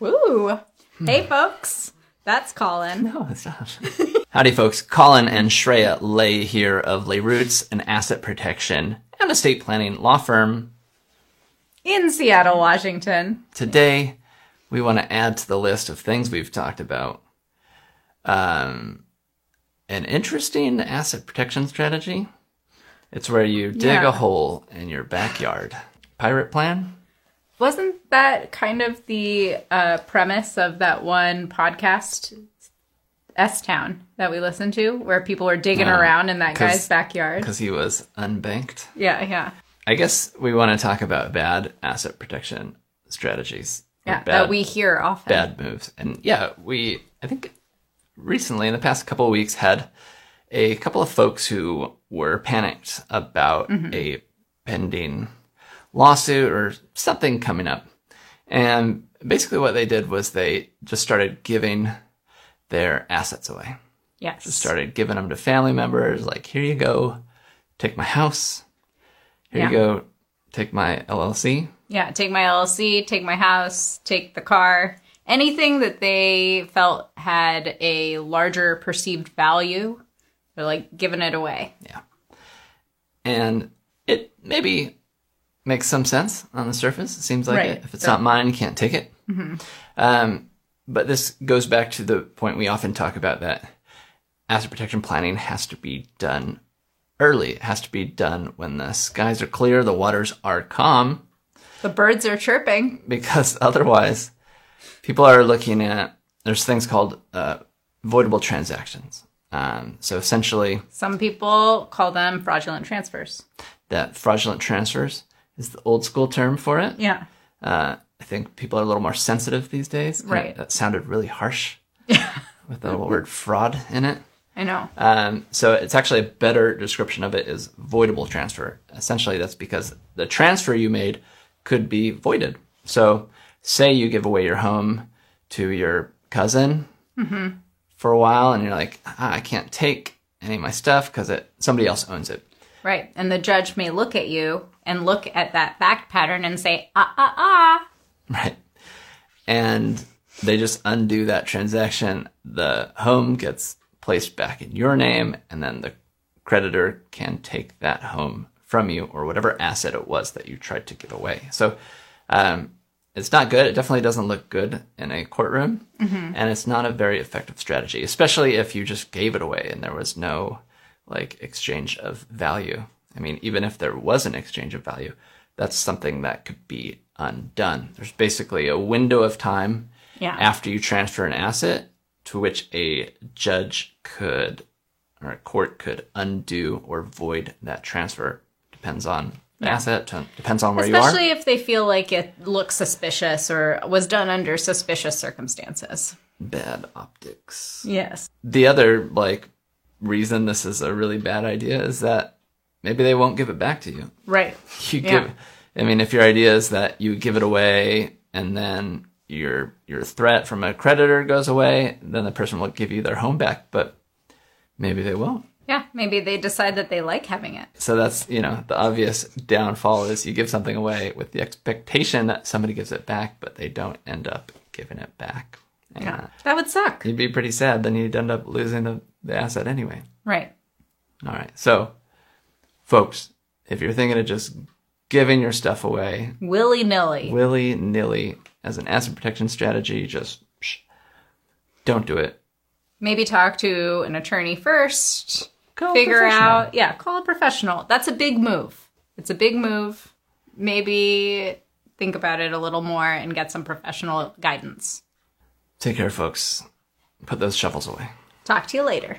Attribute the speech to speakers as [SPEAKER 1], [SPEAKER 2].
[SPEAKER 1] Woo!
[SPEAKER 2] Hmm.
[SPEAKER 1] Hey, folks. That's Colin.
[SPEAKER 2] No, it's Oh, not. Howdy, folks. Colin and Shreya Lay here of Lay Roots, an asset protection and estate planning law firm.
[SPEAKER 1] In Seattle, Washington.
[SPEAKER 2] Today, we want to add to the list of things we've talked about um, an interesting asset protection strategy. It's where you dig
[SPEAKER 1] Yeah.
[SPEAKER 2] a hole in your backyard. Pirate plan?
[SPEAKER 1] Wasn't that kind of the uh, premise of that one podcast, S Town, that we listened to, where people were digging
[SPEAKER 2] Yeah.
[SPEAKER 1] around in that
[SPEAKER 2] Oh, 'Cause-
[SPEAKER 1] guy's backyard?
[SPEAKER 2] Because he was unbanked.
[SPEAKER 1] Yeah, yeah.
[SPEAKER 2] I guess we want to talk about bad asset protection strategies. or
[SPEAKER 1] Yeah,
[SPEAKER 2] bad-
[SPEAKER 1] that we hear often.
[SPEAKER 2] bad moves. And yeah, we I think recently in the past couple of weeks had a couple of folks who were panicked about a pending lawsuit or something coming up. And basically what they did was they just started giving their assets away.
[SPEAKER 1] Yes.
[SPEAKER 2] Started giving them to family members like here you go, take my house. Here
[SPEAKER 1] Yeah.
[SPEAKER 2] you go, take my LLC.
[SPEAKER 1] Yeah, take my LLC, take my house, take the car. Anything that they felt had a larger perceived value, they're like giving it away.
[SPEAKER 2] and it maybe makes some sense on the surface. It seems like
[SPEAKER 1] Right.
[SPEAKER 2] it. if it's not mine, you can't take it. Um, but this goes back to the point we often talk about that asset protection planning has to be done early. It has to be done when the skies are clear, the waters are calm,
[SPEAKER 1] The birds are chirping.
[SPEAKER 2] because otherwise, people are looking at there's things called uh, voidable transactions. Um, so essentially,
[SPEAKER 1] Some people call them fraudulent transfers.
[SPEAKER 2] that fraudulent transfers is the old school term for it.
[SPEAKER 1] Yeah.
[SPEAKER 2] Uh, I think people are a little more sensitive these days. and
[SPEAKER 1] Right.
[SPEAKER 2] That sounded really harsh with the word fraud in it.
[SPEAKER 1] I know.
[SPEAKER 2] Um, so it's actually a better description of it is voidable transfer. Essentially, that's because the transfer you made could be voided. So, say you give away your home to your cousin for a while, and you're like, ah, I can't take any of my stuff because it somebody else owns it.
[SPEAKER 1] Right. And the judge may look at you and look at that fact pattern and say, ah, ah, ah.
[SPEAKER 2] Right. And they just undo that transaction. The home gets placed back in your name, and then the creditor can take that home from you or whatever asset it was that you tried to give away. So um, it's not good. It definitely doesn't look good in a courtroom.
[SPEAKER 1] Mm-hmm.
[SPEAKER 2] And it's not a very effective strategy, especially if you just gave it away and there was no like exchange of value. I mean, even if there was an exchange of value, that's something that could be undone. There's basically a window of time
[SPEAKER 1] Yeah.
[SPEAKER 2] after you transfer an asset to which a judge could or a court could undo or void that transfer. Depends on the asset, t- depends on where you are.
[SPEAKER 1] Especially if they feel like it looks suspicious or was done under suspicious circumstances.
[SPEAKER 2] Bad optics.
[SPEAKER 1] Yes.
[SPEAKER 2] the other like reason this is a really bad idea is that maybe they won't give it back to you.
[SPEAKER 1] Right.
[SPEAKER 2] You
[SPEAKER 1] Yeah.
[SPEAKER 2] give I mean if your idea is that you give it away and then your your threat from a creditor goes away, then the person will give you their home back, but maybe they won't.
[SPEAKER 1] Yeah. Maybe they decide that they like having it.
[SPEAKER 2] So that's, you know, the obvious downfall is you give something away with the expectation that somebody gives it back, but they don't end up giving it back. And
[SPEAKER 1] Yeah. That would suck.
[SPEAKER 2] You'd be pretty sad then you'd end up losing the, the asset anyway.
[SPEAKER 1] Right.
[SPEAKER 2] All right. So, folks, if you're thinking of just giving your stuff away
[SPEAKER 1] Willy nilly.
[SPEAKER 2] willy nilly as an asset protection strategy, just psh, don't do it.
[SPEAKER 1] Maybe talk to an attorney first.
[SPEAKER 2] Call a
[SPEAKER 1] figure
[SPEAKER 2] professional.
[SPEAKER 1] out. Yeah. Call a professional. That's a big move. It's a big move. Maybe think about it a little more and get some professional guidance.
[SPEAKER 2] Take care, folks. Put those shovels away.
[SPEAKER 1] Talk to you later.